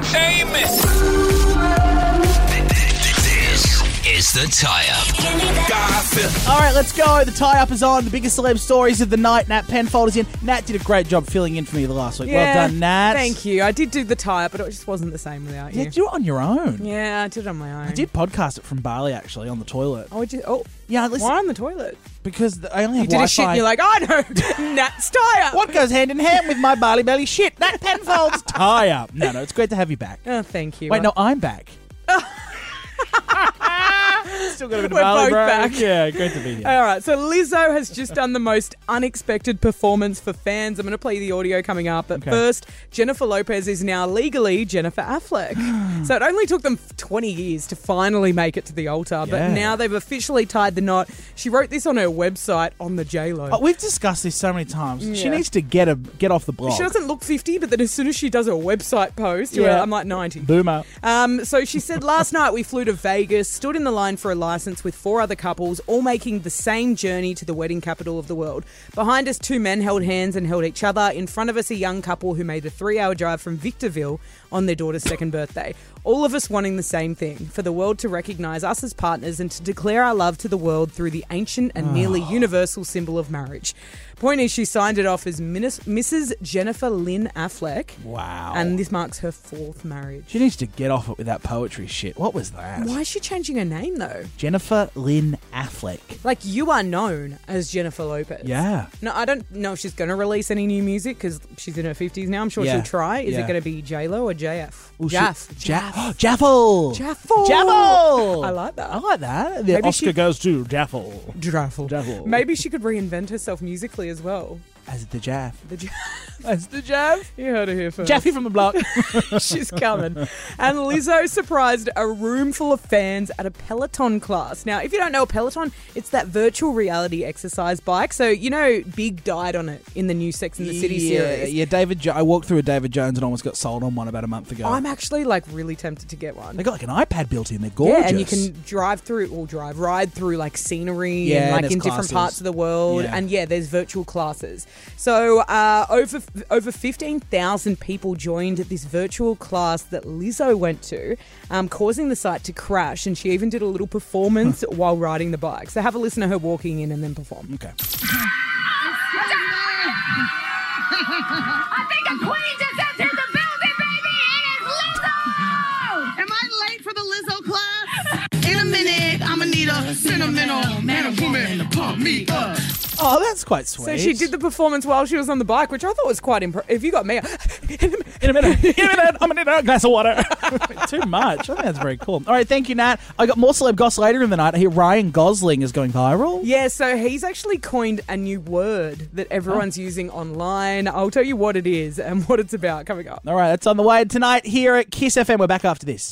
Seamus. This is the tie up. Garfield. All right, let's go. The tie up is on. The biggest celeb stories of the night. Nat Penfold is in. Nat did a great job filling in for me the last week. Yeah, well done, Nat. Thank you. I did do the tie up, but it just wasn't the same without Yeah, you. you do it on your own. Yeah, I did it on my own. I did podcast it from Bali actually on the toilet. Oh, I just, oh Yeah, listen, why on the toilet? because th- I only have You did Wi-Fi. a shit and you're like, oh no, Nat's tie up. what goes hand in hand with my Bali belly shit? Nat Penfold's tie up. No, no, it's great to have you back. Oh, thank you. Wait, no, I'm back. Still got a bit We're of Bali, both bro. back. Uh, Yeah, great to be here. All right, so Lizzo has just done the most unexpected performance for fans. I'm going to play the audio coming up, but Okay. first, Jennifer Lopez is now legally Jennifer Affleck. so it only took them 20 years to finally make it to the altar, Yeah. but now they've officially tied the knot. She wrote this on her website on the JLo. Oh, we've discussed this so many times. She Yeah. needs to get a get off the blog. She doesn't look 50, but then as soon as she does a website post, you're Yeah. like, I'm like 90. Boomer. Um, so she said, last night we flew to Vegas, stood in the line for a license with four other couples, all making the same journey to the wedding capital of the world. Behind us, two men held hands and held each other. In front of us, a young couple who made the three hour drive from Victorville on their daughter's second birthday. All of us wanting the same thing for the world to recognize us as partners and to declare our love to the world through the ancient and nearly universal symbol of marriage. Point is, she signed it off as Minis- Mrs. Jennifer Lynn Affleck. Wow. And this marks her fourth marriage. She needs to get off it with that poetry shit. What was that? Why is she changing her name though? Jennifer Lynn Affleck. Like you are known as Jennifer Lopez. Yeah. No, I don't know if she's going to release any new music because she's in her fifties now. I'm sure Yeah. she'll try. Is Yeah. it going to be J Lo or JF? Well, she- Jaff. Ja- Jaffel. Jaffel. Jaffel. I like that. I like that. The Maybe Oscar she- goes to Jaffel. Jaffel. Jaffel. Maybe she could reinvent herself musically as well. As the Jaff. The Jaff. As the Jaff. You heard it here first. Jaffy from the block. She's coming. And Lizzo surprised a room full of fans at a Peloton class. Now, if you don't know Peloton, it's that virtual reality exercise bike. So, you know, Big died on it in the new Sex in the City yeah, series. Yeah, David. Jo- I walked through a David Jones and almost got sold on one about a month ago. I'm actually like really tempted to get one. they got like an iPad built in. They're gorgeous. Yeah, and you can drive through or drive ride through like scenery Yeah, and and like there's in classes. different parts of the world. Yeah. And yeah, there's virtual classes. So uh, over over fifteen thousand people joined this virtual class that Lizzo went to, um, causing the site to crash. And she even did a little performance while riding the bike. So have a listen to her walking in and then perform. Okay. I think a queen just entered the building, baby. It is Lizzo. Am I late for the Lizzo class? In a minute, I'ma need a sentimental man or woman to pump me up. Oh, that's quite sweet. So she did the performance while she was on the bike, which I thought was quite impressive. If you got me, In a minute. In a minute. I'm going to need a glass of water. Too much. I think that's very cool. All right. Thank you, Nat. I got more celeb goss later in the night. I hear Ryan Gosling is going viral. Yeah, so he's actually coined a new word that everyone's using online. I'll tell you what it is and what it's about coming up. All right. That's on the way tonight here at Kiss FM. We're back after this.